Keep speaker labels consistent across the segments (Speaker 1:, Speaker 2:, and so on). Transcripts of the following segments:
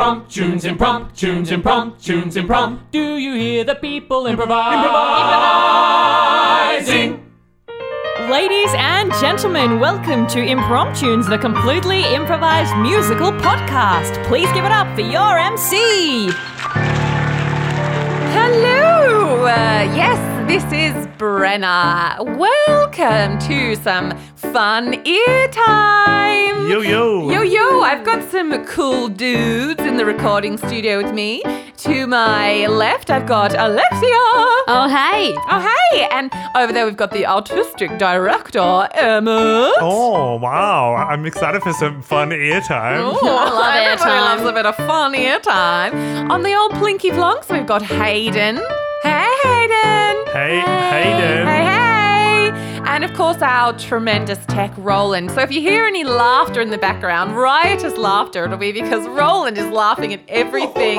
Speaker 1: Impromptunes, impromptunes, impromptunes, impromptunes.
Speaker 2: Do you hear the people improvise?
Speaker 1: Improvising.
Speaker 3: Ladies and gentlemen, welcome to Impromptunes, the completely improvised musical podcast. Please give it up for your MC.
Speaker 4: Hello! Uh, yes, this is Brenna. Welcome to some fun ear time!
Speaker 5: Yo yo.
Speaker 4: Yo, yo, I've got some cool dudes in the recording studio with me. To my left, I've got Alexia.
Speaker 3: Oh, hey.
Speaker 4: Oh, hey! And over there, we've got the artistic director, Emma.
Speaker 5: Oh wow! I'm excited for some fun ear time.
Speaker 4: Ooh,
Speaker 3: I love air
Speaker 4: everybody
Speaker 3: time.
Speaker 4: loves a bit of fun ear time. On the old plinky plonks, we've got Hayden. Hey, Hayden.
Speaker 5: Hey, Hayden.
Speaker 4: Hey, hey. And of course, our tremendous tech, Roland. So if you hear any laughter in the background, riotous laughter, it'll be because Roland is laughing at everything. There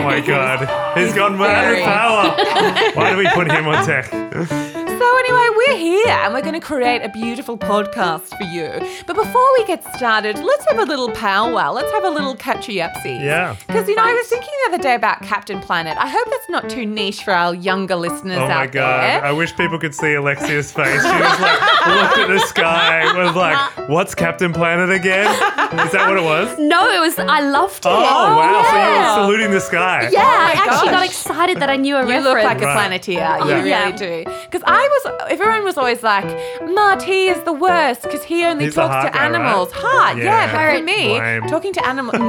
Speaker 5: Oh my
Speaker 4: he is.
Speaker 5: god, he's gone mad
Speaker 4: very-
Speaker 5: with power. Why do we put him on tech?
Speaker 4: So, anyway, we're here and we're going to create a beautiful podcast for you. But before we get started, let's have a little powwow. Let's have a little catchy upsie.
Speaker 5: Yeah.
Speaker 4: Because, you know, I was thinking the other day about Captain Planet. I hope that's not too niche for our younger listeners
Speaker 5: Oh
Speaker 4: out
Speaker 5: my god! I
Speaker 4: there.
Speaker 5: wish people could see Alexia's face. She was like, looked at the sky, was like, "What's Captain Planet again?" Is that what it was?
Speaker 6: No, it was. I loved it.
Speaker 5: Oh wow!
Speaker 4: yeah.
Speaker 5: So you were oh saluting the sky.
Speaker 6: Yeah, I
Speaker 4: my
Speaker 6: actually got
Speaker 4: gosh.
Speaker 6: excited that I knew a
Speaker 4: You
Speaker 6: reference.
Speaker 4: look like a
Speaker 5: Right.
Speaker 4: planeteer. You
Speaker 5: Oh, Yeah.
Speaker 4: really
Speaker 6: Yeah.
Speaker 4: do. Because I was, everyone was always like, Marty is the worst because he only
Speaker 5: He's the
Speaker 4: talks
Speaker 5: heart
Speaker 4: to
Speaker 5: guy, right?
Speaker 4: animals. Heart, yeah.
Speaker 5: Yeah.
Speaker 4: but for me,
Speaker 5: Lame.
Speaker 4: talking to animals. No,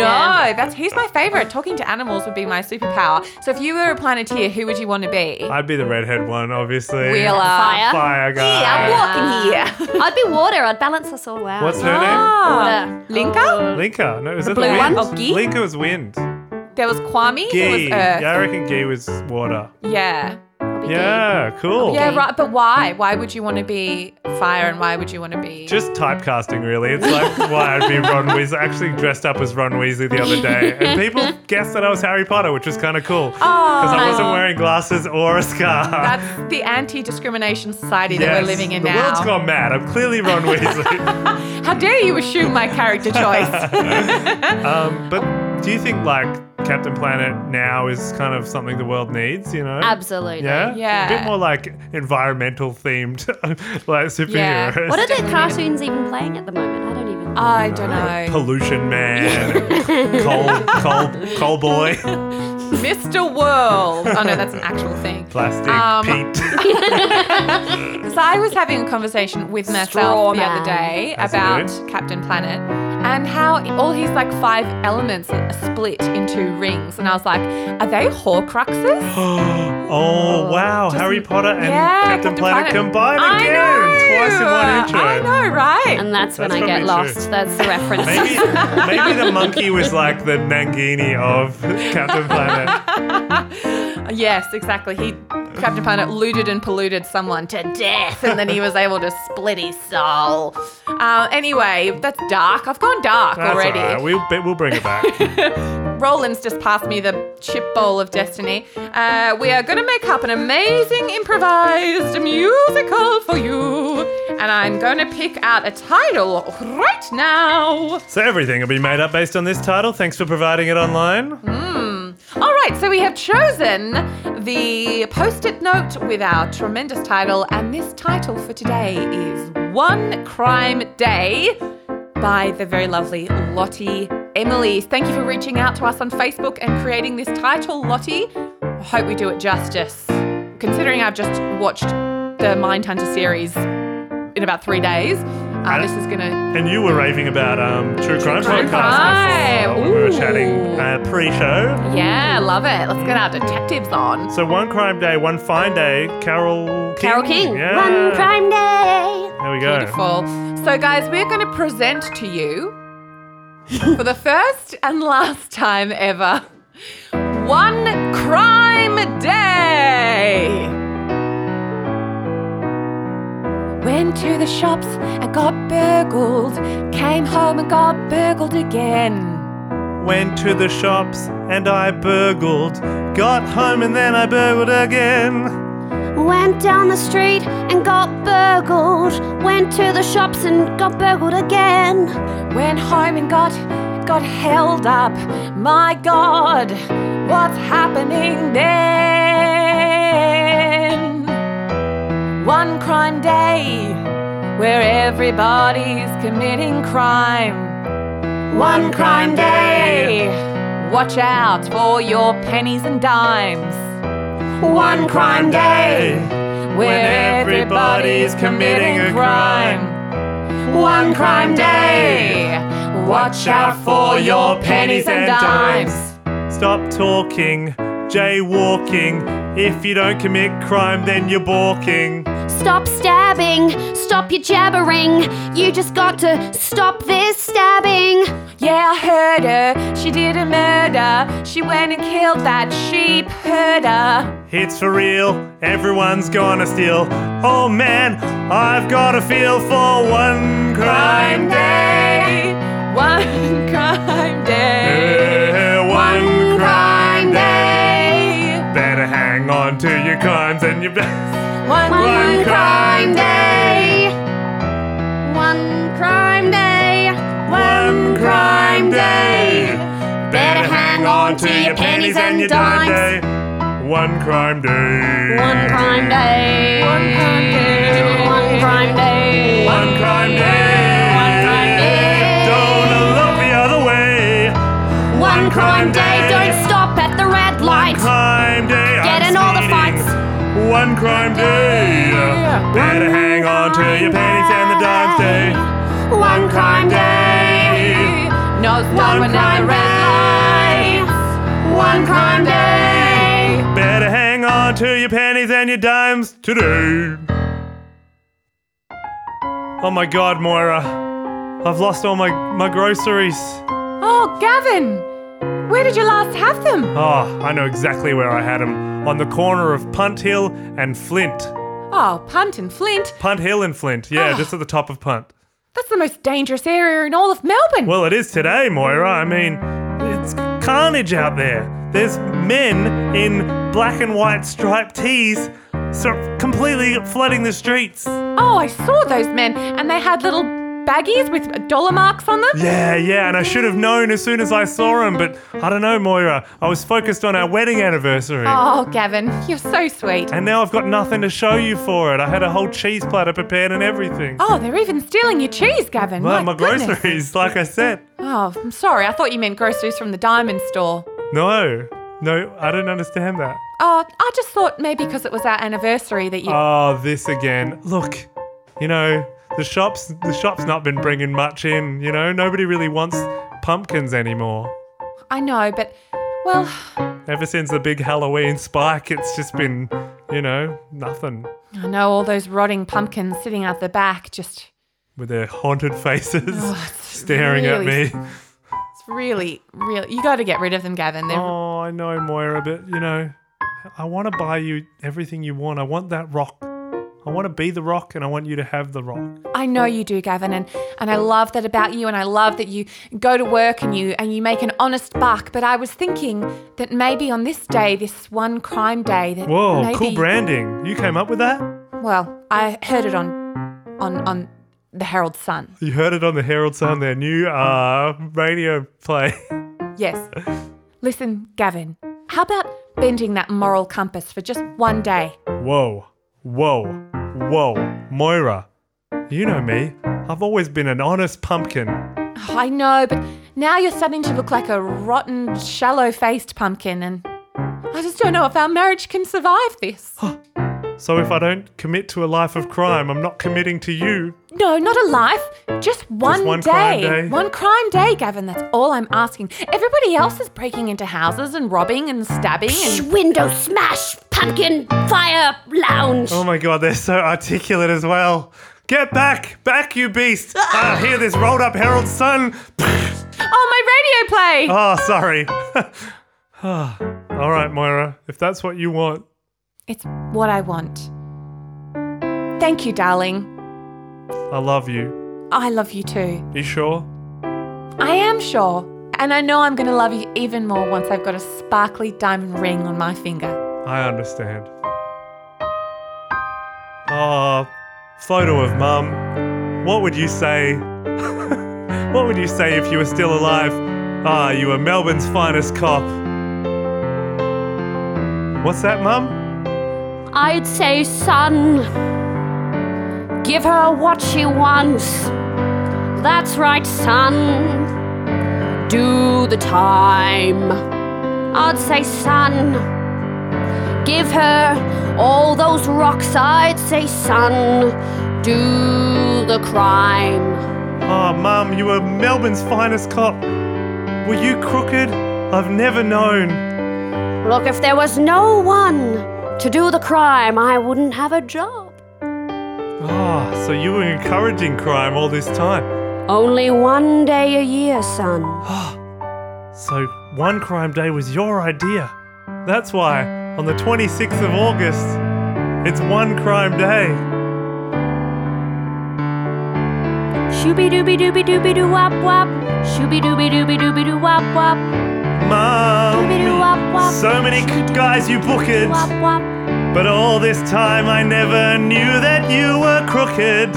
Speaker 4: that's he's my favorite. Talking to animals would be my superpower. So if you were a planeteer, who would you want to be?
Speaker 5: I'd be the redhead one, obviously.
Speaker 4: Wheel up.
Speaker 6: fire.
Speaker 5: Fire guy.
Speaker 4: I'm walking here.
Speaker 6: I'd be water. I'd balance us all out.
Speaker 5: What's her
Speaker 4: Ah, Linka?
Speaker 5: name? Linka. No, is it
Speaker 4: blue
Speaker 5: the wind?
Speaker 4: one? Oh, Gee?
Speaker 5: Linka was wind.
Speaker 4: There was Kwame. There was
Speaker 5: Gee.
Speaker 4: Earth.
Speaker 5: Yeah, I reckon Gee was water.
Speaker 4: Yeah.
Speaker 6: I'll be
Speaker 5: Yeah, cool.
Speaker 4: Yeah, right. But why? Why would you want to be fire and why would you want to be.
Speaker 5: Just typecasting, really. It's like why I'd be Ron Weasley. I actually dressed up as Ron Weasley the other day, and people guessed that I was Harry Potter, which was kind of cool because I wasn't wearing glasses or a scarf.
Speaker 4: Oh, That's the anti discrimination society that
Speaker 5: Yes,
Speaker 4: we're living in
Speaker 5: the
Speaker 4: now.
Speaker 5: world's gone mad. I'm clearly Ron Weasley.
Speaker 4: How dare you assume my character choice?
Speaker 5: um, but do you think like Captain Planet now is kind of something the world needs? You know,
Speaker 6: Absolutely.
Speaker 5: Yeah,
Speaker 4: Yeah.
Speaker 5: A bit more like environmental themed, like superheroes.
Speaker 4: Yeah.
Speaker 6: What are the cartoons even playing at the moment? I don't even.
Speaker 4: I don't know.
Speaker 5: Pollution man, coal, coal, coal boy,
Speaker 4: Mr. World. Oh no, that's an actual thing.
Speaker 5: plastic,
Speaker 4: Um,
Speaker 5: Pete.
Speaker 4: So I was having a conversation with myself
Speaker 6: Straw
Speaker 4: the other
Speaker 6: man.
Speaker 4: day
Speaker 5: That's
Speaker 4: about
Speaker 5: good.
Speaker 4: Captain Planet and how all his like five elements are split into rings, and I was like, are they Horcruxes?
Speaker 5: oh wow, Harry Potter and
Speaker 4: yeah,
Speaker 5: Captain,
Speaker 4: Captain
Speaker 5: Planet,
Speaker 4: Planet.
Speaker 5: combined
Speaker 4: I
Speaker 5: again,
Speaker 4: know.
Speaker 5: twice in one intro.
Speaker 4: I know, right?
Speaker 6: And that's when
Speaker 5: That's
Speaker 6: I get
Speaker 5: probably
Speaker 6: lost.
Speaker 5: true.
Speaker 6: That's the reference.
Speaker 5: Maybe, maybe the monkey was like the Nangini of Captain Planet.
Speaker 4: Yes, exactly. He Captain Planet looted and polluted someone to death, and then he was able to split his soul. Uh, anyway, that's dark. I've gone dark
Speaker 5: That's
Speaker 4: already.
Speaker 5: alright. We'll be- we'll bring it back.
Speaker 4: Roland's just passed me the chip bowl of destiny. Uh, we are going to make up an amazing improvised musical for you, and I'm going to pick out a title right now.
Speaker 5: so everything will be made up based on this title. Thanks for providing it online.
Speaker 4: All right, so we have chosen the post it note with our tremendous title, and this title for today is One Crime Day by the very lovely Lottie Emily. Thank you for reaching out to us on Facebook and creating this title, Lottie. I hope we do it justice. Considering I've just watched the Mindhunter series in about three days, uh, this is going to
Speaker 5: And you were raving about um, True Crime
Speaker 4: Crime.
Speaker 5: podcasts before when we were chatting
Speaker 4: Ooh.
Speaker 5: uh, pre-show.
Speaker 4: Yeah, love it. Let's get our detectives on.
Speaker 5: So one crime day, one fine day. Carol King.
Speaker 6: Carol King.
Speaker 5: Yeah.
Speaker 6: One crime day.
Speaker 5: There we go.
Speaker 4: Beautiful. So, guys, we're going to present to you for the first and last time ever One Crime Day. Went to the shops and got burgled. Came home and got burgled again.
Speaker 5: Went to the shops and I burgled. Got home and then I burgled again.
Speaker 6: Went down the street and got burgled. Went to the shops and got burgled again.
Speaker 4: Went home and got got held up. My God, what's happening then? One crime day where everybody's committing crime. One crime day. Watch out for your pennies and dimes. One crime day where everybody's committing a crime. One crime day. Watch out for your pennies and dimes.
Speaker 5: Stop talking, jaywalking. If you don't commit crime, then you're balking.
Speaker 6: Stop stabbing. Stop your jabbering. You just got to stop this stabbing.
Speaker 4: Yeah, I heard her. She did a murder. She went and killed that sheep herder.
Speaker 5: It's for real, everyone's gonna steal. Oh man, I've got a feel for one crime day.
Speaker 4: One crime day.
Speaker 5: Eh, One crime day.
Speaker 4: Day.
Speaker 5: Better hang on to your crimes and your best.
Speaker 4: One,
Speaker 5: One crime
Speaker 4: day.
Speaker 6: One crime day.
Speaker 5: One crime day. Better hang on to your pennies and your dime day. One crime day.
Speaker 6: One crime day. One crime day. One crime day.
Speaker 5: One crime day. One crime
Speaker 6: day.
Speaker 5: Don't look the other way.
Speaker 6: One crime day.
Speaker 5: day.
Speaker 6: Don't stop at the red light.
Speaker 5: Crime day.
Speaker 6: Get
Speaker 5: I'm
Speaker 6: in all the
Speaker 5: speeding.
Speaker 6: fights.
Speaker 5: One crime day. Better hang on to your pennies and the dimes day.
Speaker 6: One crime
Speaker 5: day.
Speaker 4: No
Speaker 5: One
Speaker 4: stopping at the
Speaker 5: crime
Speaker 4: red
Speaker 5: day.
Speaker 4: lights.
Speaker 5: One
Speaker 4: Crime day.
Speaker 5: Better hang on to your pennies and your dimes today. Oh my god, Moira. I've lost all my, my groceries.
Speaker 4: Oh, Gavin, where did you last have them?
Speaker 5: Oh, I know exactly where I had them. On the corner of Punt Hill and Flint.
Speaker 4: Oh, Punt and Flint.
Speaker 5: Punt Hill and Flint. Yeah, just at the top of Punt.
Speaker 4: That's the most dangerous area in all of Melbourne.
Speaker 5: Well, it is today, Moira. I mean, it's carnage out there. There's men in black and white striped tees sort of completely flooding the streets.
Speaker 4: Oh, I saw those men, and they had little baggies with dollar marks on them.
Speaker 5: Yeah, yeah, and I should have known as soon as I saw him, but I don't know, Moira. I was focused on our wedding anniversary.
Speaker 4: Oh, Gavin, you're so sweet.
Speaker 5: And now I've got nothing to show you for it. I had a whole cheese platter prepared and everything.
Speaker 4: Oh, they're even stealing your cheese, Gavin.
Speaker 5: well,
Speaker 4: my
Speaker 5: my
Speaker 4: goodness.
Speaker 5: groceries, like I said.
Speaker 4: Oh, I'm sorry. I thought you meant groceries from the diamond store.
Speaker 5: No, no, I don't understand that.
Speaker 4: Oh, I just thought maybe because it was our anniversary that you.
Speaker 5: Oh, this again. Look, you know, the shops the shop's not been bringing much in, you know. Nobody really wants pumpkins anymore.
Speaker 4: I know, but well,
Speaker 5: Ever since the big Halloween spike, it's just been, you know, nothing
Speaker 4: I know all those rotting pumpkins sitting out the back. Just
Speaker 5: with their haunted faces
Speaker 4: Oh, it's
Speaker 5: staring
Speaker 4: really-
Speaker 5: at me.
Speaker 4: it's really, really. You got to get rid of them, Gavin. They're,
Speaker 5: Oh, I know, Moira, but you know, I want to buy you everything you want. I want that rock. I want to be the rock and I want you to have the rock.
Speaker 4: I know you do, Gavin, and, and I love that about you, and I love that you go to work and you and you make an honest buck. But I was thinking that maybe on this day, this one crime day, that
Speaker 5: Whoa,
Speaker 4: maybe,
Speaker 5: cool branding. You came up with that?
Speaker 4: Well, I heard it on, on on the Herald Sun.
Speaker 5: You heard it on the Herald Sun, their new uh, radio play.
Speaker 4: Yes. Listen, Gavin, how about bending that moral compass for just one day?
Speaker 5: Whoa, whoa, whoa, Moira. You know me. I've always been an honest pumpkin.
Speaker 4: Oh, I know, but now you're starting to look like a rotten, shallow faced pumpkin, and I just don't know if our marriage can survive this.
Speaker 5: So if I don't commit to a life of crime, I'm not committing to you.
Speaker 4: No, not a life, just one,
Speaker 5: one
Speaker 4: day.
Speaker 5: crime day?
Speaker 4: One crime day, Gavin, that's all I'm asking. Everybody else is breaking into houses and robbing and stabbing
Speaker 6: Sh-
Speaker 4: and.
Speaker 6: Window smash. Pumpkin fire lounge.
Speaker 5: Oh my god, they're so articulate as well. Get back, back, you beast! Ah, hear this rolled up Herald Sun.
Speaker 4: Oh, my radio play!
Speaker 5: Oh, sorry. Ah, All right, Moira, if that's what you want.
Speaker 4: It's what I want. Thank you, darling.
Speaker 5: I love you.
Speaker 4: I love you too.
Speaker 5: You sure?
Speaker 4: I am sure. And I know I'm going to love you even more once I've got a sparkly diamond ring on my finger.
Speaker 5: I understand. Ah, photo of mum. What would you say? what would you say if you were still alive? Ah, you were Melbourne's finest cop. What's that, Mum?
Speaker 6: I'd say, son, give her what she wants. That's right, son, do the time. I'd say, son, give her all those rocks. I'd say, son, do the crime.
Speaker 5: Ah, Mum, you were Melbourne's finest cop. Were you crooked? I've never known.
Speaker 6: Look, if there was no one to do the crime, I wouldn't have a job.
Speaker 5: Ah, so you were encouraging crime all this time.
Speaker 6: Only one day a year, son.
Speaker 5: So one crime day was your idea. That's why, on the 26th of August, it's one crime day.
Speaker 6: Shooby dooby dooby dooby doo wop wop. Shooby dooby dooby dooby doo wop wop.
Speaker 5: Mom, so many good guys you book it,
Speaker 6: Wop wop.
Speaker 5: but all this time I never knew that you were crooked.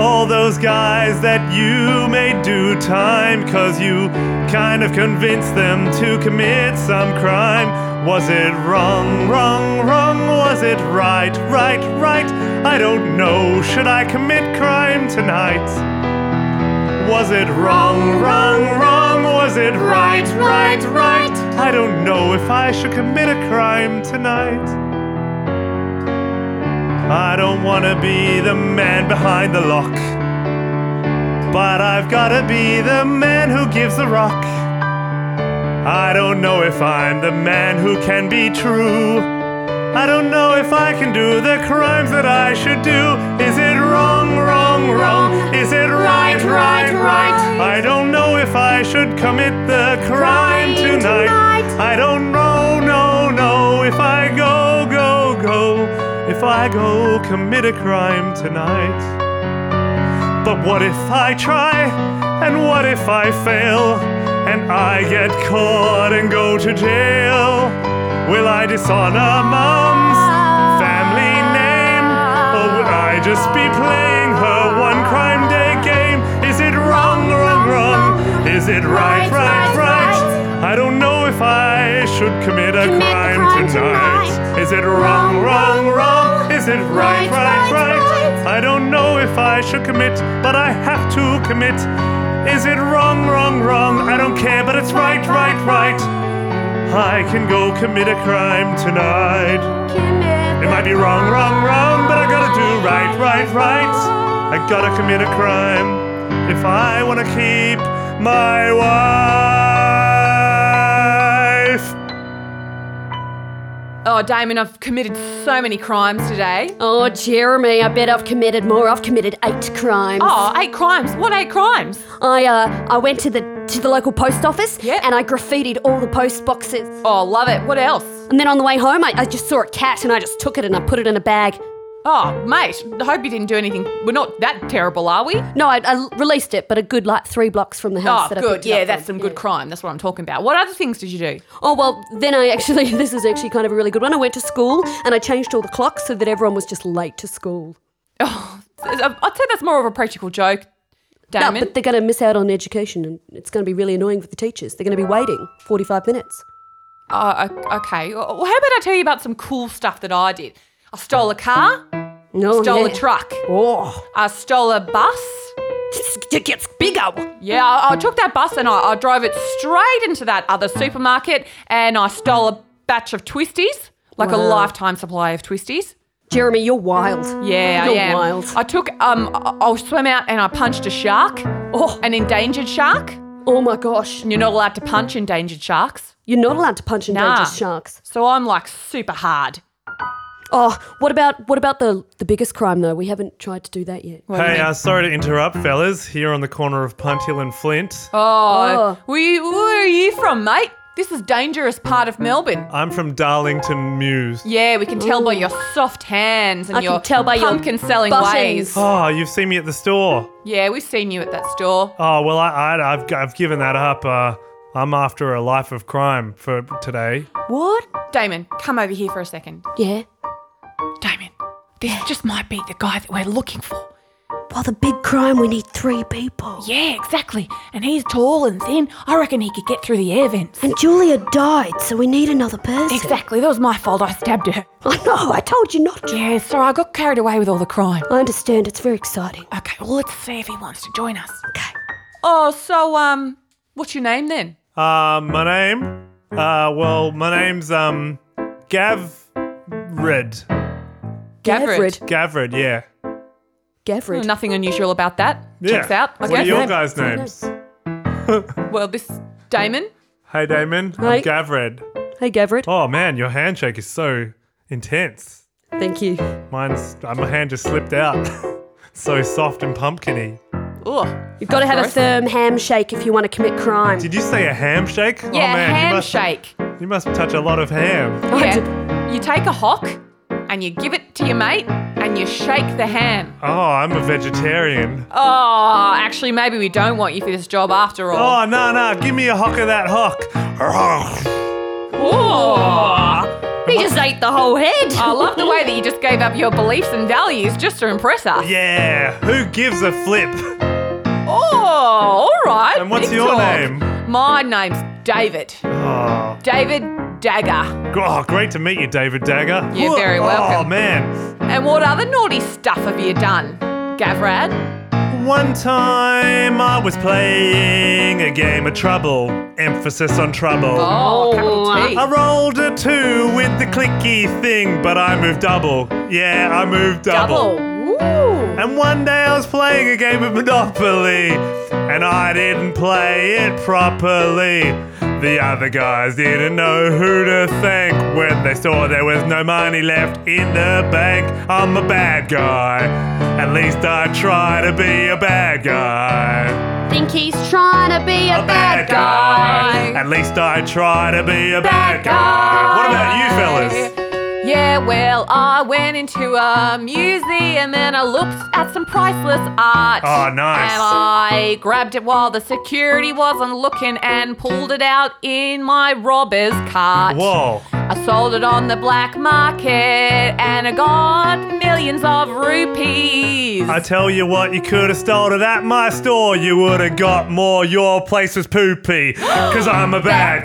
Speaker 5: All those guys that you made do time, cause you kind of convinced them to commit some crime. Was it wrong, wrong, wrong? Was it right, right, right? I don't know. Should I commit crime tonight? Was it wrong, wrong, wrong? Was it right, right, right? I don't know if I should commit a crime tonight. I don't wanna be the man behind the lock. But I've gotta be the man who gives the rock. I don't know if I'm the man who can be true. I don't know if I can do the crimes that I should do. Is it wrong, wrong, wrong? Is it right, right, right? I don't know if I should commit the crime tonight. I don't know, no, no. If I go, go, go. If I go, commit a crime tonight. But what if I try? And what if I fail? And I get caught and go to jail? Will I dishonor mom's family name? Or will I just be playing her one crime day game? Is it wrong, wrong, wrong? Is it right, right, right? I don't know if I should commit a
Speaker 6: Commit the
Speaker 5: crime
Speaker 6: crime
Speaker 5: tonight.
Speaker 6: tonight.
Speaker 5: Is it wrong, wrong, wrong? Is it right, right, right? I don't know if I should commit, but I have to commit. Is it wrong, wrong, wrong? I don't care, but it's right, right, right. I can go commit a crime tonight. It might be wrong, wrong, wrong, but I gotta do right, right, right. I gotta commit a crime if I wanna keep my wife.
Speaker 4: Oh, Damon, I've committed so many crimes today.
Speaker 6: Oh, Jeremy, I bet I've committed more. I've committed eight crimes.
Speaker 4: Oh, eight crimes. What eight crimes?
Speaker 6: I uh, I went to the to the local post office
Speaker 4: Yeah.
Speaker 6: and I graffitied all the post boxes.
Speaker 4: Oh, love it. What else?
Speaker 6: And then on the way home, I, I just saw a cat and I just took it and I put it in a bag.
Speaker 4: Oh, mate, I hope you didn't do anything. We're not that terrible, are we?
Speaker 6: No, I, I released it, but a good like three blocks from the house.
Speaker 4: Oh,
Speaker 6: that I
Speaker 4: good.
Speaker 6: picked it
Speaker 4: Yeah,
Speaker 6: up
Speaker 4: that's
Speaker 6: from.
Speaker 4: some good
Speaker 6: Yeah.
Speaker 4: crime. That's what I'm talking about. What other things did you do?
Speaker 6: Oh well, then I actually this is actually kind of a really good one. I went to school and I changed all the clocks so that everyone was just late to school.
Speaker 4: Oh, I'd say that's more of a practical joke,
Speaker 6: No,
Speaker 4: Damon.
Speaker 6: but they're going to miss out on education and it's going to be really annoying for the teachers. They're going to be waiting 45 minutes.
Speaker 4: Oh, o- okay. Well, how about I tell you about some cool stuff that I did? I stole a car,
Speaker 6: No,
Speaker 4: stole
Speaker 6: Oh, yeah.
Speaker 4: a truck,
Speaker 6: Oh,
Speaker 4: I stole a bus.
Speaker 6: it gets bigger.
Speaker 4: Yeah, I, I took that bus and I, I drove it straight into that other supermarket and I stole a batch of twisties, like a
Speaker 6: Wow.
Speaker 4: lifetime supply of twisties.
Speaker 6: Jeremy, you're wild.
Speaker 4: Yeah,
Speaker 6: you're
Speaker 4: I am.
Speaker 6: wild.
Speaker 4: I took um, I, I swam out and I punched a shark,
Speaker 6: Oh.
Speaker 4: an endangered shark.
Speaker 6: oh my gosh,
Speaker 4: And you're not allowed to punch endangered sharks,
Speaker 6: you're not allowed to punch endangered
Speaker 4: Nah.
Speaker 6: sharks.
Speaker 4: so I'm like super hard.
Speaker 6: Oh, what about what about the the biggest crime though? We haven't tried to do that yet.
Speaker 5: Hey, uh, sorry to interrupt, fellas. Here on the corner of Punt Hill and Flint,
Speaker 4: Oh,
Speaker 6: Oh.
Speaker 4: Where, you, where are you from, mate? This is dangerous part of Melbourne.
Speaker 5: I'm from Darlington Mews.
Speaker 4: Yeah, we can tell by your soft hands and
Speaker 6: I can
Speaker 4: your
Speaker 6: tell by your
Speaker 4: pumpkin selling
Speaker 6: buttons.
Speaker 4: ways.
Speaker 5: Oh, you've seen me at the store.
Speaker 4: Yeah, we've seen you at that store.
Speaker 5: Oh well, I, I I've I've given that up. Uh, I'm after a life of crime for today.
Speaker 6: What?
Speaker 4: Damon, come over here for a second.
Speaker 6: Yeah.
Speaker 4: Damon, this just might be the guy that we're looking for.
Speaker 7: Well, the big crime, we need three people.
Speaker 8: Yeah, exactly. And he's tall and thin. I reckon he could get through the air vents.
Speaker 7: And Julia died, so we need another person.
Speaker 8: Exactly, that was my fault. I stabbed her.
Speaker 7: I know, I told you not to.
Speaker 8: Yeah, sorry, I got carried away with all the crime.
Speaker 7: I understand, it's very exciting.
Speaker 8: Okay, well, let's see if he wants to join us.
Speaker 4: Oh, so um, what's your name then?
Speaker 5: Uh, my name? Uh, well, my name's, um, Gav. Red.
Speaker 4: Gavrid.
Speaker 5: Gavred, yeah.
Speaker 7: Gavrid.
Speaker 4: Nothing unusual about that.
Speaker 5: Yeah.
Speaker 4: Checks out. Oh, I
Speaker 5: What are
Speaker 4: guess.
Speaker 5: your guys' names?
Speaker 4: Well, this Damon.
Speaker 5: Hey, Damon.
Speaker 7: Hi.
Speaker 5: I'm Gavred.
Speaker 7: Hey, Gavrid.
Speaker 5: Oh, man, your handshake is so intense.
Speaker 7: Thank you.
Speaker 5: Mine's, uh, my hand just slipped out. so soft and pumpkiny.
Speaker 4: Ugh.
Speaker 7: You've got to have a firm ham shake if you want to commit crime.
Speaker 5: Did you say a ham shake? oh,
Speaker 4: Yeah,
Speaker 5: man, you
Speaker 4: ham
Speaker 5: must,
Speaker 4: shake.
Speaker 5: You must touch a lot of ham.
Speaker 7: I did-
Speaker 4: Yeah. You take a hock and you give it to your mate and you shake the ham.
Speaker 5: Oh, I'm a vegetarian.
Speaker 4: Oh, actually, maybe we don't want you for this job after all.
Speaker 5: Oh, no, no, give me a hock of that hock. Oh.
Speaker 6: He just ate the whole head.
Speaker 4: I love the way that you just gave up your beliefs and values just to impress us.
Speaker 5: Yeah, who gives a flip?
Speaker 4: Oh, all right.
Speaker 5: And what's
Speaker 4: big
Speaker 5: your
Speaker 4: talk.
Speaker 5: name?
Speaker 4: My name's David.
Speaker 5: Oh,
Speaker 4: David Dagger.
Speaker 5: g- oh, great to meet you, David Dagger.
Speaker 4: You're very welcome.
Speaker 5: Oh, man.
Speaker 4: And what other naughty stuff have you done, Gavrad?
Speaker 5: One time I was playing a game of trouble. Emphasis on trouble.
Speaker 4: Oh, capital T.
Speaker 5: I rolled a two with the clicky thing, but I moved double. Yeah, I moved double.
Speaker 4: Ooh.
Speaker 5: And one day I was playing a game of Monopoly, and I didn't play it properly. The other guys didn't know who to thank when they saw there was no money left in the bank. I'm a bad guy. At least I try to be a bad guy.
Speaker 6: think he's trying to be a,
Speaker 5: A bad guy. At least I try to be a bad guy. What about you, fellas?
Speaker 4: Yeah, well, I went into a museum and I looked at some priceless art.
Speaker 5: Oh, nice.
Speaker 4: And I grabbed it while the security wasn't looking and pulled it out in my robber's cart.
Speaker 5: Whoa.
Speaker 4: I sold it on the black market and I got millions of rupees.
Speaker 5: I tell you what, you could have stolen it at my store. You would have got more. Your place was poopy. Cause I'm a bad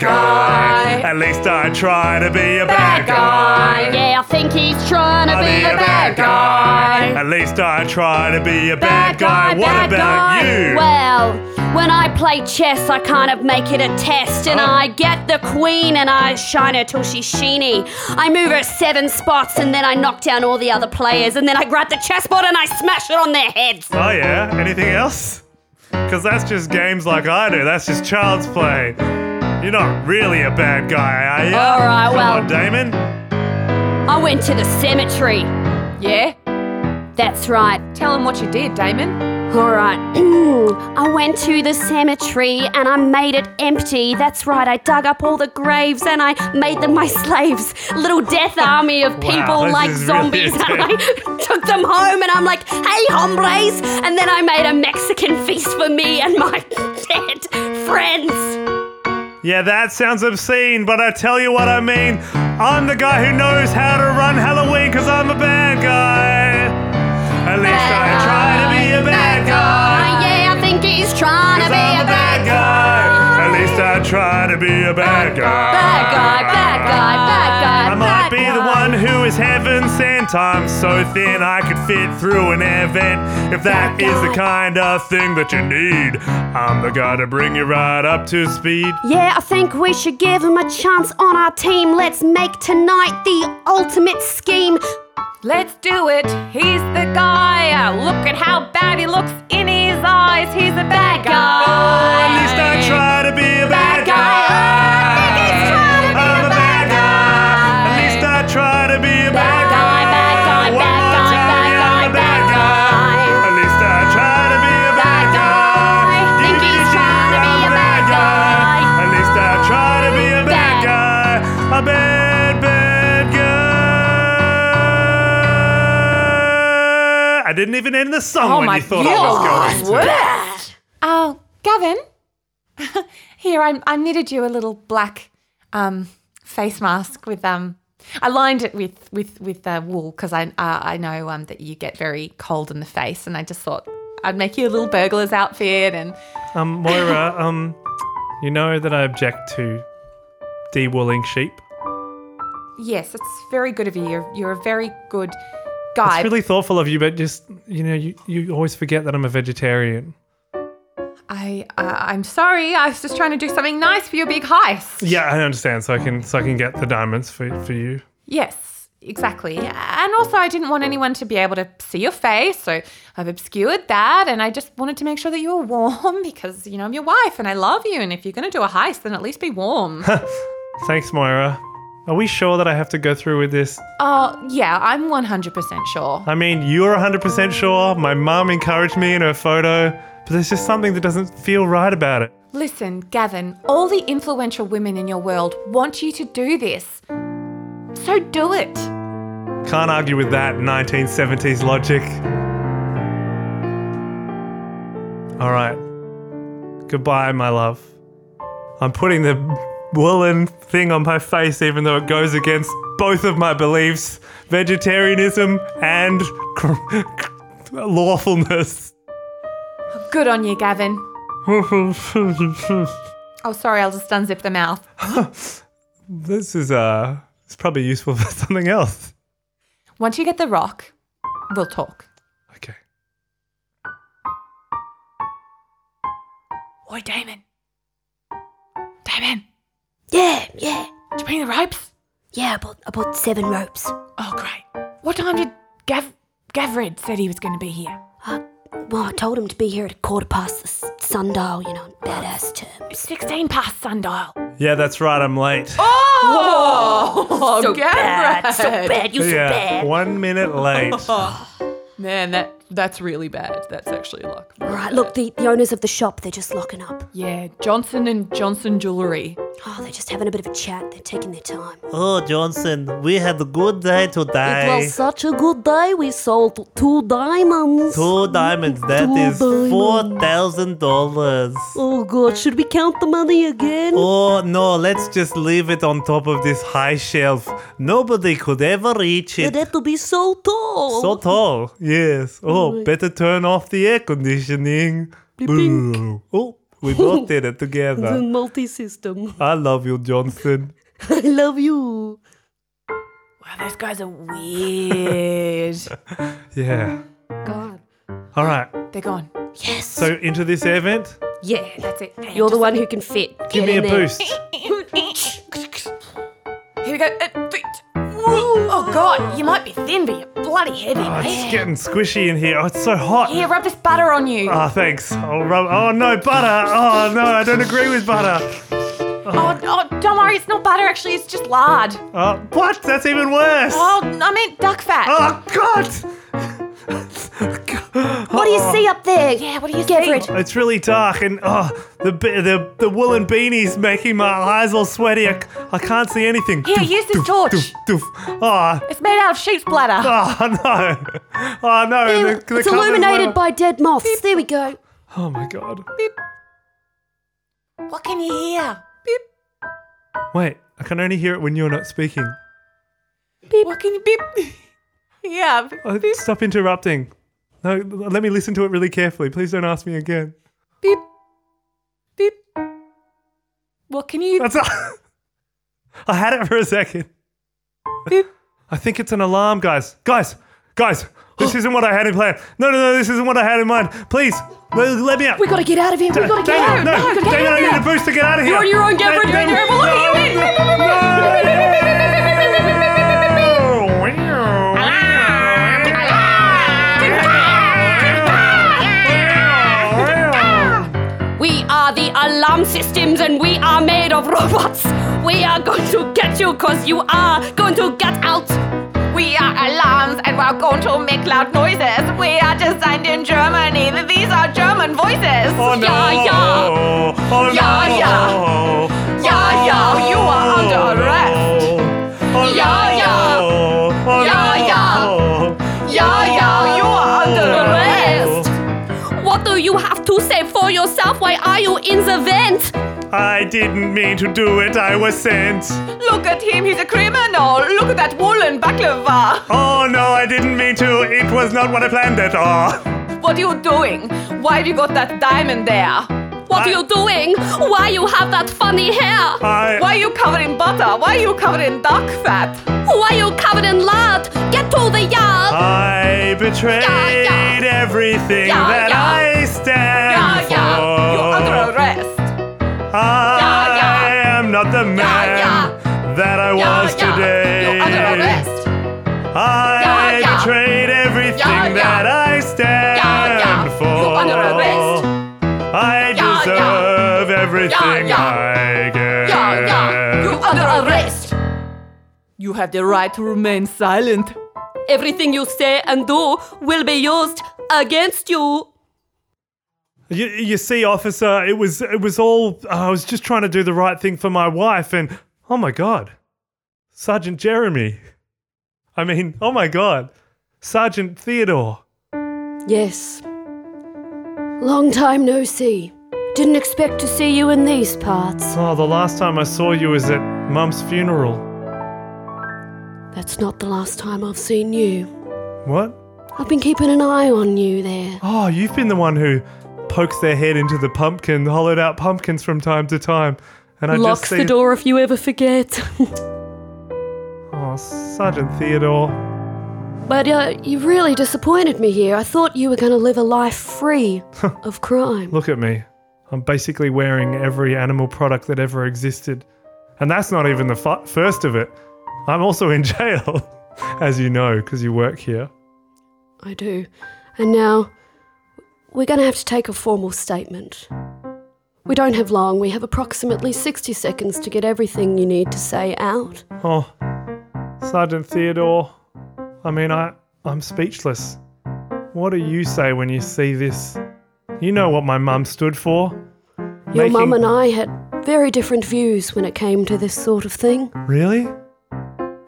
Speaker 4: guy.
Speaker 5: guy. At least I try to be a
Speaker 4: Bad
Speaker 5: bad,
Speaker 4: guy.
Speaker 6: Yeah, I think he's trying to
Speaker 5: I
Speaker 6: be a bad guy.
Speaker 5: At least I try to be a
Speaker 6: Bad
Speaker 5: bad, guy.
Speaker 6: guy,
Speaker 5: What
Speaker 6: bad
Speaker 5: about
Speaker 6: guy.
Speaker 5: you?
Speaker 6: Well, when I play chess, I kind of make it a test, and I get the queen and I shine her till she's sheeny. I move her seven spots, and then I knock down all the other players, and then I grab the chessboard and I smash it on their heads.
Speaker 5: Oh yeah. Anything else? Cause that's just games like I do. That's just child's play. You're not really a bad guy, are you?
Speaker 6: All right,
Speaker 5: Come
Speaker 6: well-
Speaker 5: on, Damon.
Speaker 6: I went to the cemetery.
Speaker 4: yeah?
Speaker 6: That's right.
Speaker 4: Tell him what you did, Damon.
Speaker 6: All right. I went to the cemetery and I made it empty. That's right. I dug up all the graves and I made them my slaves. Little death army of people
Speaker 5: this
Speaker 6: like
Speaker 5: is really
Speaker 6: zombies. and I
Speaker 5: intense.
Speaker 6: took them home and I'm like, hey, hombres. And then I made a Mexican feast for me and my dead friends.
Speaker 5: Yeah, that sounds obscene, but I tell you what I mean. I'm the guy who knows how to run Halloween because I'm a bad guy. At least I try to be a bad guy.
Speaker 6: Oh, yeah, I think he's trying
Speaker 5: 'Cause
Speaker 6: to be
Speaker 5: I'm
Speaker 6: a bad guy.
Speaker 5: guy. At least I try to be a bad guy.
Speaker 6: Bad guy, bad guy, bad guy.
Speaker 5: I might
Speaker 6: bad
Speaker 5: be
Speaker 6: guy.
Speaker 5: the one who is heaven sent. I'm so thin I could fit through an air vent. If that is the kind of thing that you need, I'm the guy to bring you right up to speed.
Speaker 6: Yeah, I think we should give him a chance on our team. Let's make tonight the ultimate scheme.
Speaker 4: Let's do it. He's the guy. Uh, Look at how bad he looks in his eyes. He's a bad guy.
Speaker 5: At least I try to be a bad, guy. I'm a bad guy. At least I try to be a
Speaker 6: bad
Speaker 5: bad guy.
Speaker 6: guy,
Speaker 5: One
Speaker 6: bad guy,
Speaker 5: more
Speaker 6: bad
Speaker 5: time, yeah,
Speaker 6: guy,
Speaker 5: I'm a bad
Speaker 6: bad
Speaker 5: guy.
Speaker 6: guy.
Speaker 5: At least I try to be a bad guy.
Speaker 6: Think
Speaker 5: Dee,
Speaker 6: he's
Speaker 5: dee,
Speaker 6: trying to
Speaker 5: dee,
Speaker 6: be
Speaker 5: I'm
Speaker 6: a bad guy.
Speaker 5: At least I try to be a
Speaker 6: Bad.
Speaker 5: bad guy. A bad, bad guy. I didn't even end the
Speaker 6: Oh
Speaker 5: song when
Speaker 4: my
Speaker 5: you thought I was going to.
Speaker 8: Oh, Gavin. Here, I, I knitted you a little black um, face mask with um.
Speaker 4: I lined it with with with uh, wool because I uh, I know um, that you get very cold in the face, and I just thought I'd make you a little burglar's outfit and
Speaker 5: Um, Moira, um, you know that I object to de-wooling sheep.
Speaker 4: yes, it's very good of you. You're, you're a very good guy.
Speaker 5: It's really thoughtful of you, but just you know, you, you always forget that I'm a vegetarian.
Speaker 4: I uh, I'm sorry. I was just trying to do something nice for your big heist.
Speaker 5: Yeah, I understand. So I can so I can get the diamonds for for you.
Speaker 4: Yes, exactly. And also, I didn't want anyone to be able to see your face, so I've obscured that. And I just wanted to make sure that you were warm because, you know, I'm your wife and I love you. And if you're going to do a heist, then at least be warm.
Speaker 5: Thanks, Moira. Are we sure that I have to go through with this?
Speaker 4: Oh, yeah, I'm 100% sure.
Speaker 5: I mean, you're 100% sure. My mum encouraged me in her photo, but there's just something that doesn't feel right about it.
Speaker 4: Listen, Gavin, all the influential women in your world want you to do this. So do it.
Speaker 5: Can't argue with that 1970s logic. All right. Goodbye, my love. I'm putting the woolen thing on my face, even though it goes against both of my beliefs vegetarianism and lawfulness.
Speaker 4: Good on you, Gavin. Oh, sorry, I'll just unzip the mouth.
Speaker 5: this is uh, it's probably useful for something else.
Speaker 4: Once you get the rock, we'll talk.
Speaker 5: Okay.
Speaker 8: Oi, Damon. Damon,
Speaker 7: Yeah, yeah,
Speaker 8: did you bring the ropes?
Speaker 7: yeah. I bought, I bought seven ropes.
Speaker 8: Oh, great. What time did Gav Gavrid said he was going to be here?
Speaker 7: Well, I told him to be here at a quarter past the s- sundial, you know, in badass terms.
Speaker 8: 16 past sundial.
Speaker 5: Yeah, that's right. I'm late.
Speaker 4: Oh,
Speaker 7: so
Speaker 4: Gavin!
Speaker 7: bad, so bad, you're so
Speaker 5: yeah,
Speaker 7: bad.
Speaker 5: one minute late.
Speaker 4: Man, that that's really bad. That's actually luck.
Speaker 7: All right, look, the, the owners of the shop, they're just locking up.
Speaker 4: Yeah, Johnson and Johnson Jewelry.
Speaker 7: Oh, they're just having a bit of a chat. They're taking their time.
Speaker 9: Oh, Johnson, we had a good day today.
Speaker 7: such a good day. We sold two diamonds.
Speaker 9: Two diamonds, that
Speaker 7: Two
Speaker 9: is
Speaker 7: diamonds.
Speaker 9: $4,000.
Speaker 7: Oh god, should we count the money again?
Speaker 9: Oh no, let's just leave it on top of this high shelf. Nobody could ever reach it.
Speaker 7: had to be so tall.
Speaker 9: So tall, yes. Oh, better turn off the air conditioning. Ooh. Oh, we both did it together.
Speaker 7: multi-system.
Speaker 9: I love you, Johnson.
Speaker 7: I love you.
Speaker 8: Wow, those guys are weird.
Speaker 5: Yeah.
Speaker 9: Oh,
Speaker 7: God.
Speaker 5: All right.
Speaker 8: They're gone.
Speaker 7: Yes.
Speaker 5: So into this air vent,
Speaker 7: yeah.
Speaker 8: That's it. Hey,
Speaker 7: You're the one who can fit.
Speaker 5: give me a boost.
Speaker 8: Here we go. Uh, th- Oh god, you might be thin, but you're bloody heavy,
Speaker 5: Oh, it's
Speaker 8: mate.
Speaker 5: getting squishy in here. Oh, it's so hot.
Speaker 8: Here, rub this butter on you.
Speaker 5: Oh, thanks. Oh, rub- oh no, butter. Oh no, I don't agree with butter.
Speaker 8: Oh, oh, don't worry, it's not butter actually, it's just lard.
Speaker 5: Oh, what? That's even worse. Oh,
Speaker 8: Oh, I meant duck fat.
Speaker 5: God. Oh,
Speaker 7: What do you see up there?
Speaker 8: Yeah, what do you
Speaker 7: Gavrid.
Speaker 8: think?
Speaker 5: It's really dark, and oh, the be- the the woolen beanie's making my eyes all sweaty. I, c- I can't see anything.
Speaker 8: Here, use this torch.
Speaker 5: Doof, doof. Oh,
Speaker 8: It's made out of sheep's bladder.
Speaker 5: oh no. Oh no.
Speaker 7: There-
Speaker 5: the- the
Speaker 7: it's
Speaker 5: colours
Speaker 7: illuminated
Speaker 5: were-
Speaker 7: by dead moths. There we go.
Speaker 5: Oh my god.
Speaker 8: What can you hear?
Speaker 5: Wait, I can only hear it when you're not speaking.
Speaker 8: What can you beep? yeah.
Speaker 5: Uh, stop interrupting. No, l- let me listen to it really carefully. Please don't ask me again.
Speaker 8: Beep. Beep. What can you
Speaker 5: That's I had it for a second. I think it's an alarm, guys. Guys, guys, this isn't what I had in plan. No, no, no, this isn't what I had in mind. Please, l- let me out.
Speaker 7: We gotta get out of here. We gotta get
Speaker 5: Damon,
Speaker 7: out.
Speaker 5: no,
Speaker 7: we gotta get
Speaker 5: Damon,
Speaker 7: out
Speaker 5: I
Speaker 7: of
Speaker 5: need
Speaker 7: here.
Speaker 5: a boost to get out of here.
Speaker 7: on your own,
Speaker 5: Da-
Speaker 7: Gabriel, you're on
Speaker 5: Damon-
Speaker 7: your own. We'll
Speaker 6: We are the alarm systems and we are made of robots. We are going to get you because you are going to get out.
Speaker 4: We are alarms and we're going to make loud noises. We are designed in Germany. These are German voices.
Speaker 5: Oh no!
Speaker 6: Yeah, yeah.
Speaker 5: Oh
Speaker 4: Yeah,
Speaker 5: no!
Speaker 4: yeah. Yeah, yeah, you are under arrest.
Speaker 5: Oh,
Speaker 4: Yeah,
Speaker 5: no.
Speaker 4: yeah.
Speaker 5: Oh,
Speaker 4: Yeah,
Speaker 5: no.
Speaker 4: yeah. Yeah, yeah, you are
Speaker 5: Oh,
Speaker 4: under arrest.
Speaker 6: What do you have to say for yourself? Why are you in the vent?
Speaker 5: I didn't mean to do it. I was sent.
Speaker 4: Look at him, he's a criminal. Look at that woolen baklava.
Speaker 5: Oh no, I didn't mean to. It was not what I planned at all.
Speaker 10: What are you doing? Why have you got that diamond there?
Speaker 8: What are you doing? Why you have that funny hair?
Speaker 5: I.
Speaker 10: Why are you covered in butter? Why are you covered in duck fat?
Speaker 8: Why you covered in lard? Get to the yard.
Speaker 5: I betrayed
Speaker 8: Yeah,
Speaker 5: everything
Speaker 8: Yeah,
Speaker 5: that
Speaker 8: yeah.
Speaker 5: I stand
Speaker 10: Yeah,
Speaker 5: for.
Speaker 10: yeah. You're under arrest.
Speaker 5: I
Speaker 10: Yeah,
Speaker 5: am not the man
Speaker 10: yeah.
Speaker 5: that I
Speaker 10: Yeah,
Speaker 5: was
Speaker 10: yeah.
Speaker 5: today.
Speaker 10: You're under arrest.
Speaker 5: I
Speaker 10: Yeah, yeah.
Speaker 5: betrayed everything
Speaker 10: Yeah, yeah.
Speaker 5: that I stand
Speaker 10: Yeah, yeah.
Speaker 5: for.
Speaker 10: You're under arrest.
Speaker 5: I
Speaker 10: yeah.
Speaker 5: deserve everything
Speaker 10: yeah.
Speaker 5: I get.
Speaker 10: Yeah, yeah. You're under arrest. You have the right to remain silent.
Speaker 8: Everything you say and do will be used against you.
Speaker 5: You, you see, officer, it was it was all. oh, I was just trying to do the right thing for my wife, and oh my god, Sergeant Jeremy. I mean, oh my god, Sergeant Theodore.
Speaker 6: Yes. Long time no see. Didn't expect to see you in these parts.
Speaker 5: Oh, the last time I saw you was at Mum's funeral.
Speaker 6: That's not the last time I've seen you.
Speaker 5: What?
Speaker 6: I've been keeping an eye on you there.
Speaker 5: Oh, you've been the one who pokes their head into the pumpkin, hollowed out pumpkins from time to time, and I
Speaker 6: Locks
Speaker 5: just see
Speaker 6: the door if you ever forget.
Speaker 5: Oh, Sergeant Theodore.
Speaker 6: but uh, you really disappointed me here. I thought you were going to live a life free of crime.
Speaker 5: Look at me. I'm basically wearing every animal product that ever existed. And that's not even the fu- first of it. I'm also in jail, as you know, because you work here.
Speaker 6: I do. And now we're going to have to take a formal statement. We don't have long. We have approximately 60 seconds to get everything you need to say out.
Speaker 5: Oh, Sergeant Theodore. I mean, I, I'm speechless. What do you say when you see this? You know what my mum stood for.
Speaker 6: Your
Speaker 5: Making-
Speaker 6: mum and I had very different views when it came to this sort of thing.
Speaker 5: Really?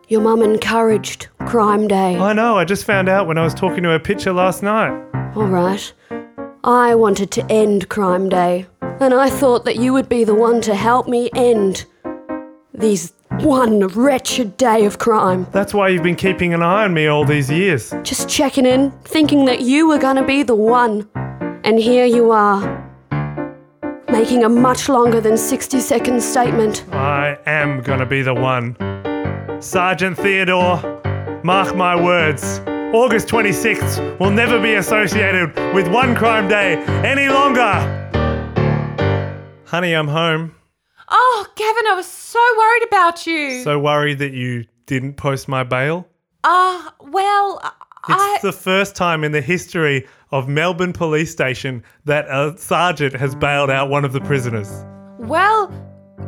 Speaker 6: Your mum encouraged crime day.
Speaker 5: I know, I just found out when I was talking to her picture last night.
Speaker 6: All right. I wanted to end crime day, and I thought that you would be the one to help me end these one wretched day of crime.
Speaker 5: That's why you've been keeping an eye on me all these years.
Speaker 6: Just checking in, thinking that you were going to be the one. And here you are, making a much longer than 60 second statement.
Speaker 5: I am gonna be the one. Sergeant Theodore, mark my words. August 26th will never be associated with one crime day any longer. Honey, I'm home.
Speaker 4: Oh, Gavin, I was so worried about you.
Speaker 5: So worried that you didn't post my bail.
Speaker 4: Ah, well,
Speaker 5: It's
Speaker 4: I.
Speaker 5: the first time in the history of Melbourne Police Station that a sergeant has bailed out one of the prisoners.
Speaker 4: Well,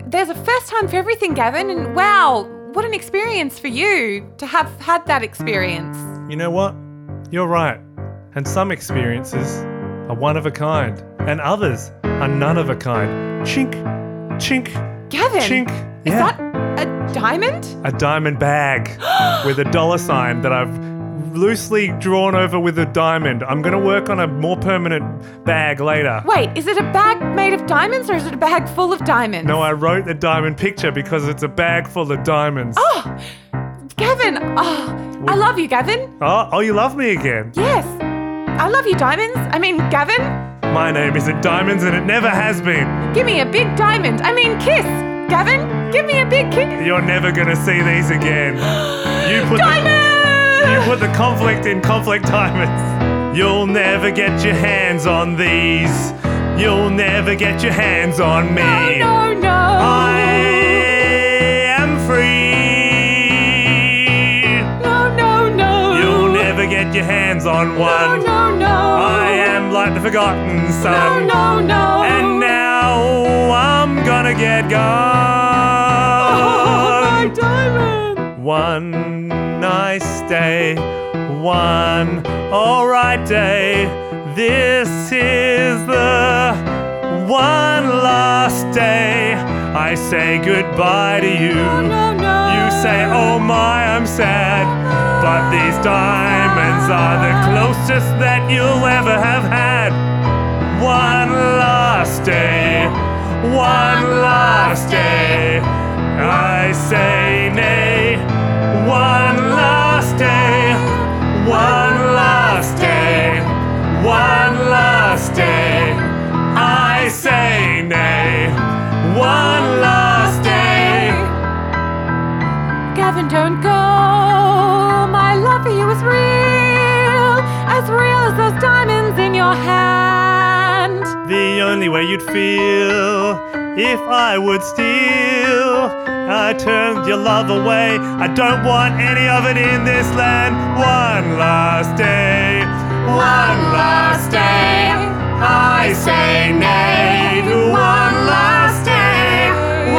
Speaker 4: there's a first time for everything, Gavin, and wow, what an experience for you to have had that experience.
Speaker 5: You know what? You're right. And some experiences are one of a kind, and others are none of a kind. Chink, chink,
Speaker 4: Gavin,
Speaker 5: chink.
Speaker 4: is
Speaker 5: yeah.
Speaker 4: that a diamond?
Speaker 5: a diamond bag with a dollar sign that I've loosely drawn over with a diamond. I'm going to work on a more permanent bag later.
Speaker 4: Wait, is it a bag made of diamonds or is it a bag full of diamonds?
Speaker 5: No, I wrote the diamond picture because it's a bag full of diamonds. Oh,
Speaker 4: Gavin, oh, I love you, Gavin.
Speaker 5: oh, you love me again.
Speaker 4: Yes. I love you, diamonds. I mean, Gavin,
Speaker 5: My name isn't Diamonds and it never has been.
Speaker 4: give me a big diamond. I mean, kiss. Gavin, give me a big kiss.
Speaker 5: You're never going to see these again. You put the- You
Speaker 4: Diamond!
Speaker 5: put the conflict in conflict diamonds. You'll never get your hands on these. You'll never get your hands on me.
Speaker 4: Oh, No, no.
Speaker 5: I am free.
Speaker 4: no, no, no.
Speaker 5: You'll never get your hands on one.
Speaker 4: no, no.
Speaker 5: I am like the forgotten son.
Speaker 4: No, no.
Speaker 5: And now I'm gonna get
Speaker 4: Oh,
Speaker 5: gone.
Speaker 4: diamond.
Speaker 5: One nice day, one alright day. This is the one last day. I say goodbye to you. You say, oh my, I'm sad. But these diamonds are the closest that you'll ever have had. One last day, one last day. I say nay. One last day, one last day, one
Speaker 8: alive and don't go. My love for you is real, as real as those diamonds in your hand.
Speaker 5: The only way you'd feel if I would steal. I turned your love away. I don't want any of it in this land. One last day, one last day. I say nay to one last day,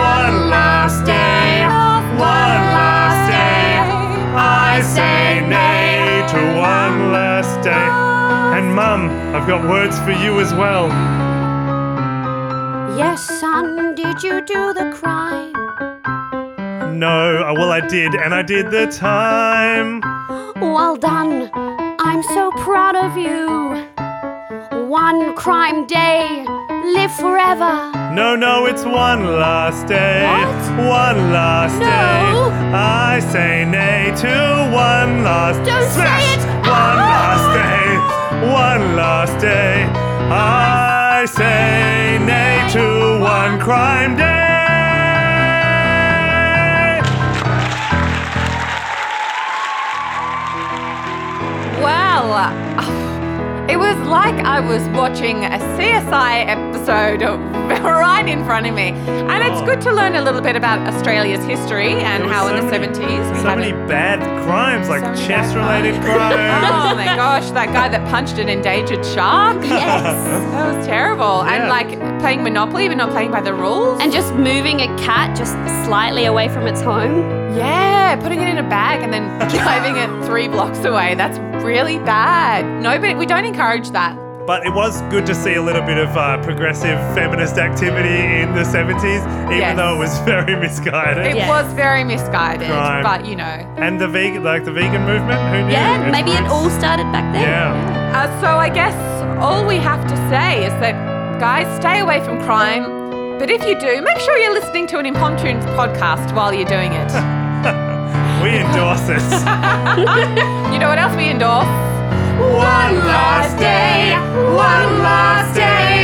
Speaker 5: one last day, one last day. I say nay to one last day. And Mum, I've got words for you as well.
Speaker 6: Yes, son, did you do the crime?
Speaker 5: No, uh, well, I did, and I did the time.
Speaker 6: Well done. I'm so proud of you. One crime day, live forever.
Speaker 5: No, no, it's one last day.
Speaker 6: What?
Speaker 5: One last
Speaker 6: No.
Speaker 5: day. I say nay to one last
Speaker 6: Don't say
Speaker 5: smash.
Speaker 6: it. Oh!
Speaker 5: One last day. One last day. I say nay to one crime day.
Speaker 4: Well, it was like I was watching a CSI episode right in front of me. And it's good to learn a little bit about Australia's history and
Speaker 5: Oh. There were
Speaker 4: how
Speaker 5: so
Speaker 4: in the
Speaker 5: many-
Speaker 4: 70s we
Speaker 5: So
Speaker 4: had
Speaker 5: many
Speaker 4: it.
Speaker 5: bad crimes, like
Speaker 4: many bad
Speaker 5: chess related crimes.
Speaker 4: Oh my gosh, that guy that punched an endangered shark.
Speaker 6: Yes.
Speaker 4: That was terrible. And
Speaker 5: Yeah.
Speaker 4: like playing Monopoly but not playing by the rules.
Speaker 6: and just moving a cat just slightly away from its home.
Speaker 4: Yeah, putting it in a bag and then driving it three blocks away. That's really bad. No, but we don't encourage that.
Speaker 5: But it was good to see a little bit of uh, progressive feminist activity in the 70s, even
Speaker 4: Yes.
Speaker 5: though it was very misguided.
Speaker 4: It
Speaker 6: Yes.
Speaker 4: was very misguided,
Speaker 5: Crime.
Speaker 4: but you know.
Speaker 5: and the vegan, like the vegan movement, who knew?
Speaker 6: Yeah,
Speaker 5: It's
Speaker 6: maybe it
Speaker 5: roots.
Speaker 6: all started back then.
Speaker 5: Yeah.
Speaker 4: Uh, so I guess all we have to say is that, guys, stay away from crime. But if you do, make sure you're listening to an Impromptu podcast while you're doing it.
Speaker 5: We endorse it.
Speaker 4: you know what else we endorse?
Speaker 5: one last day, one last day.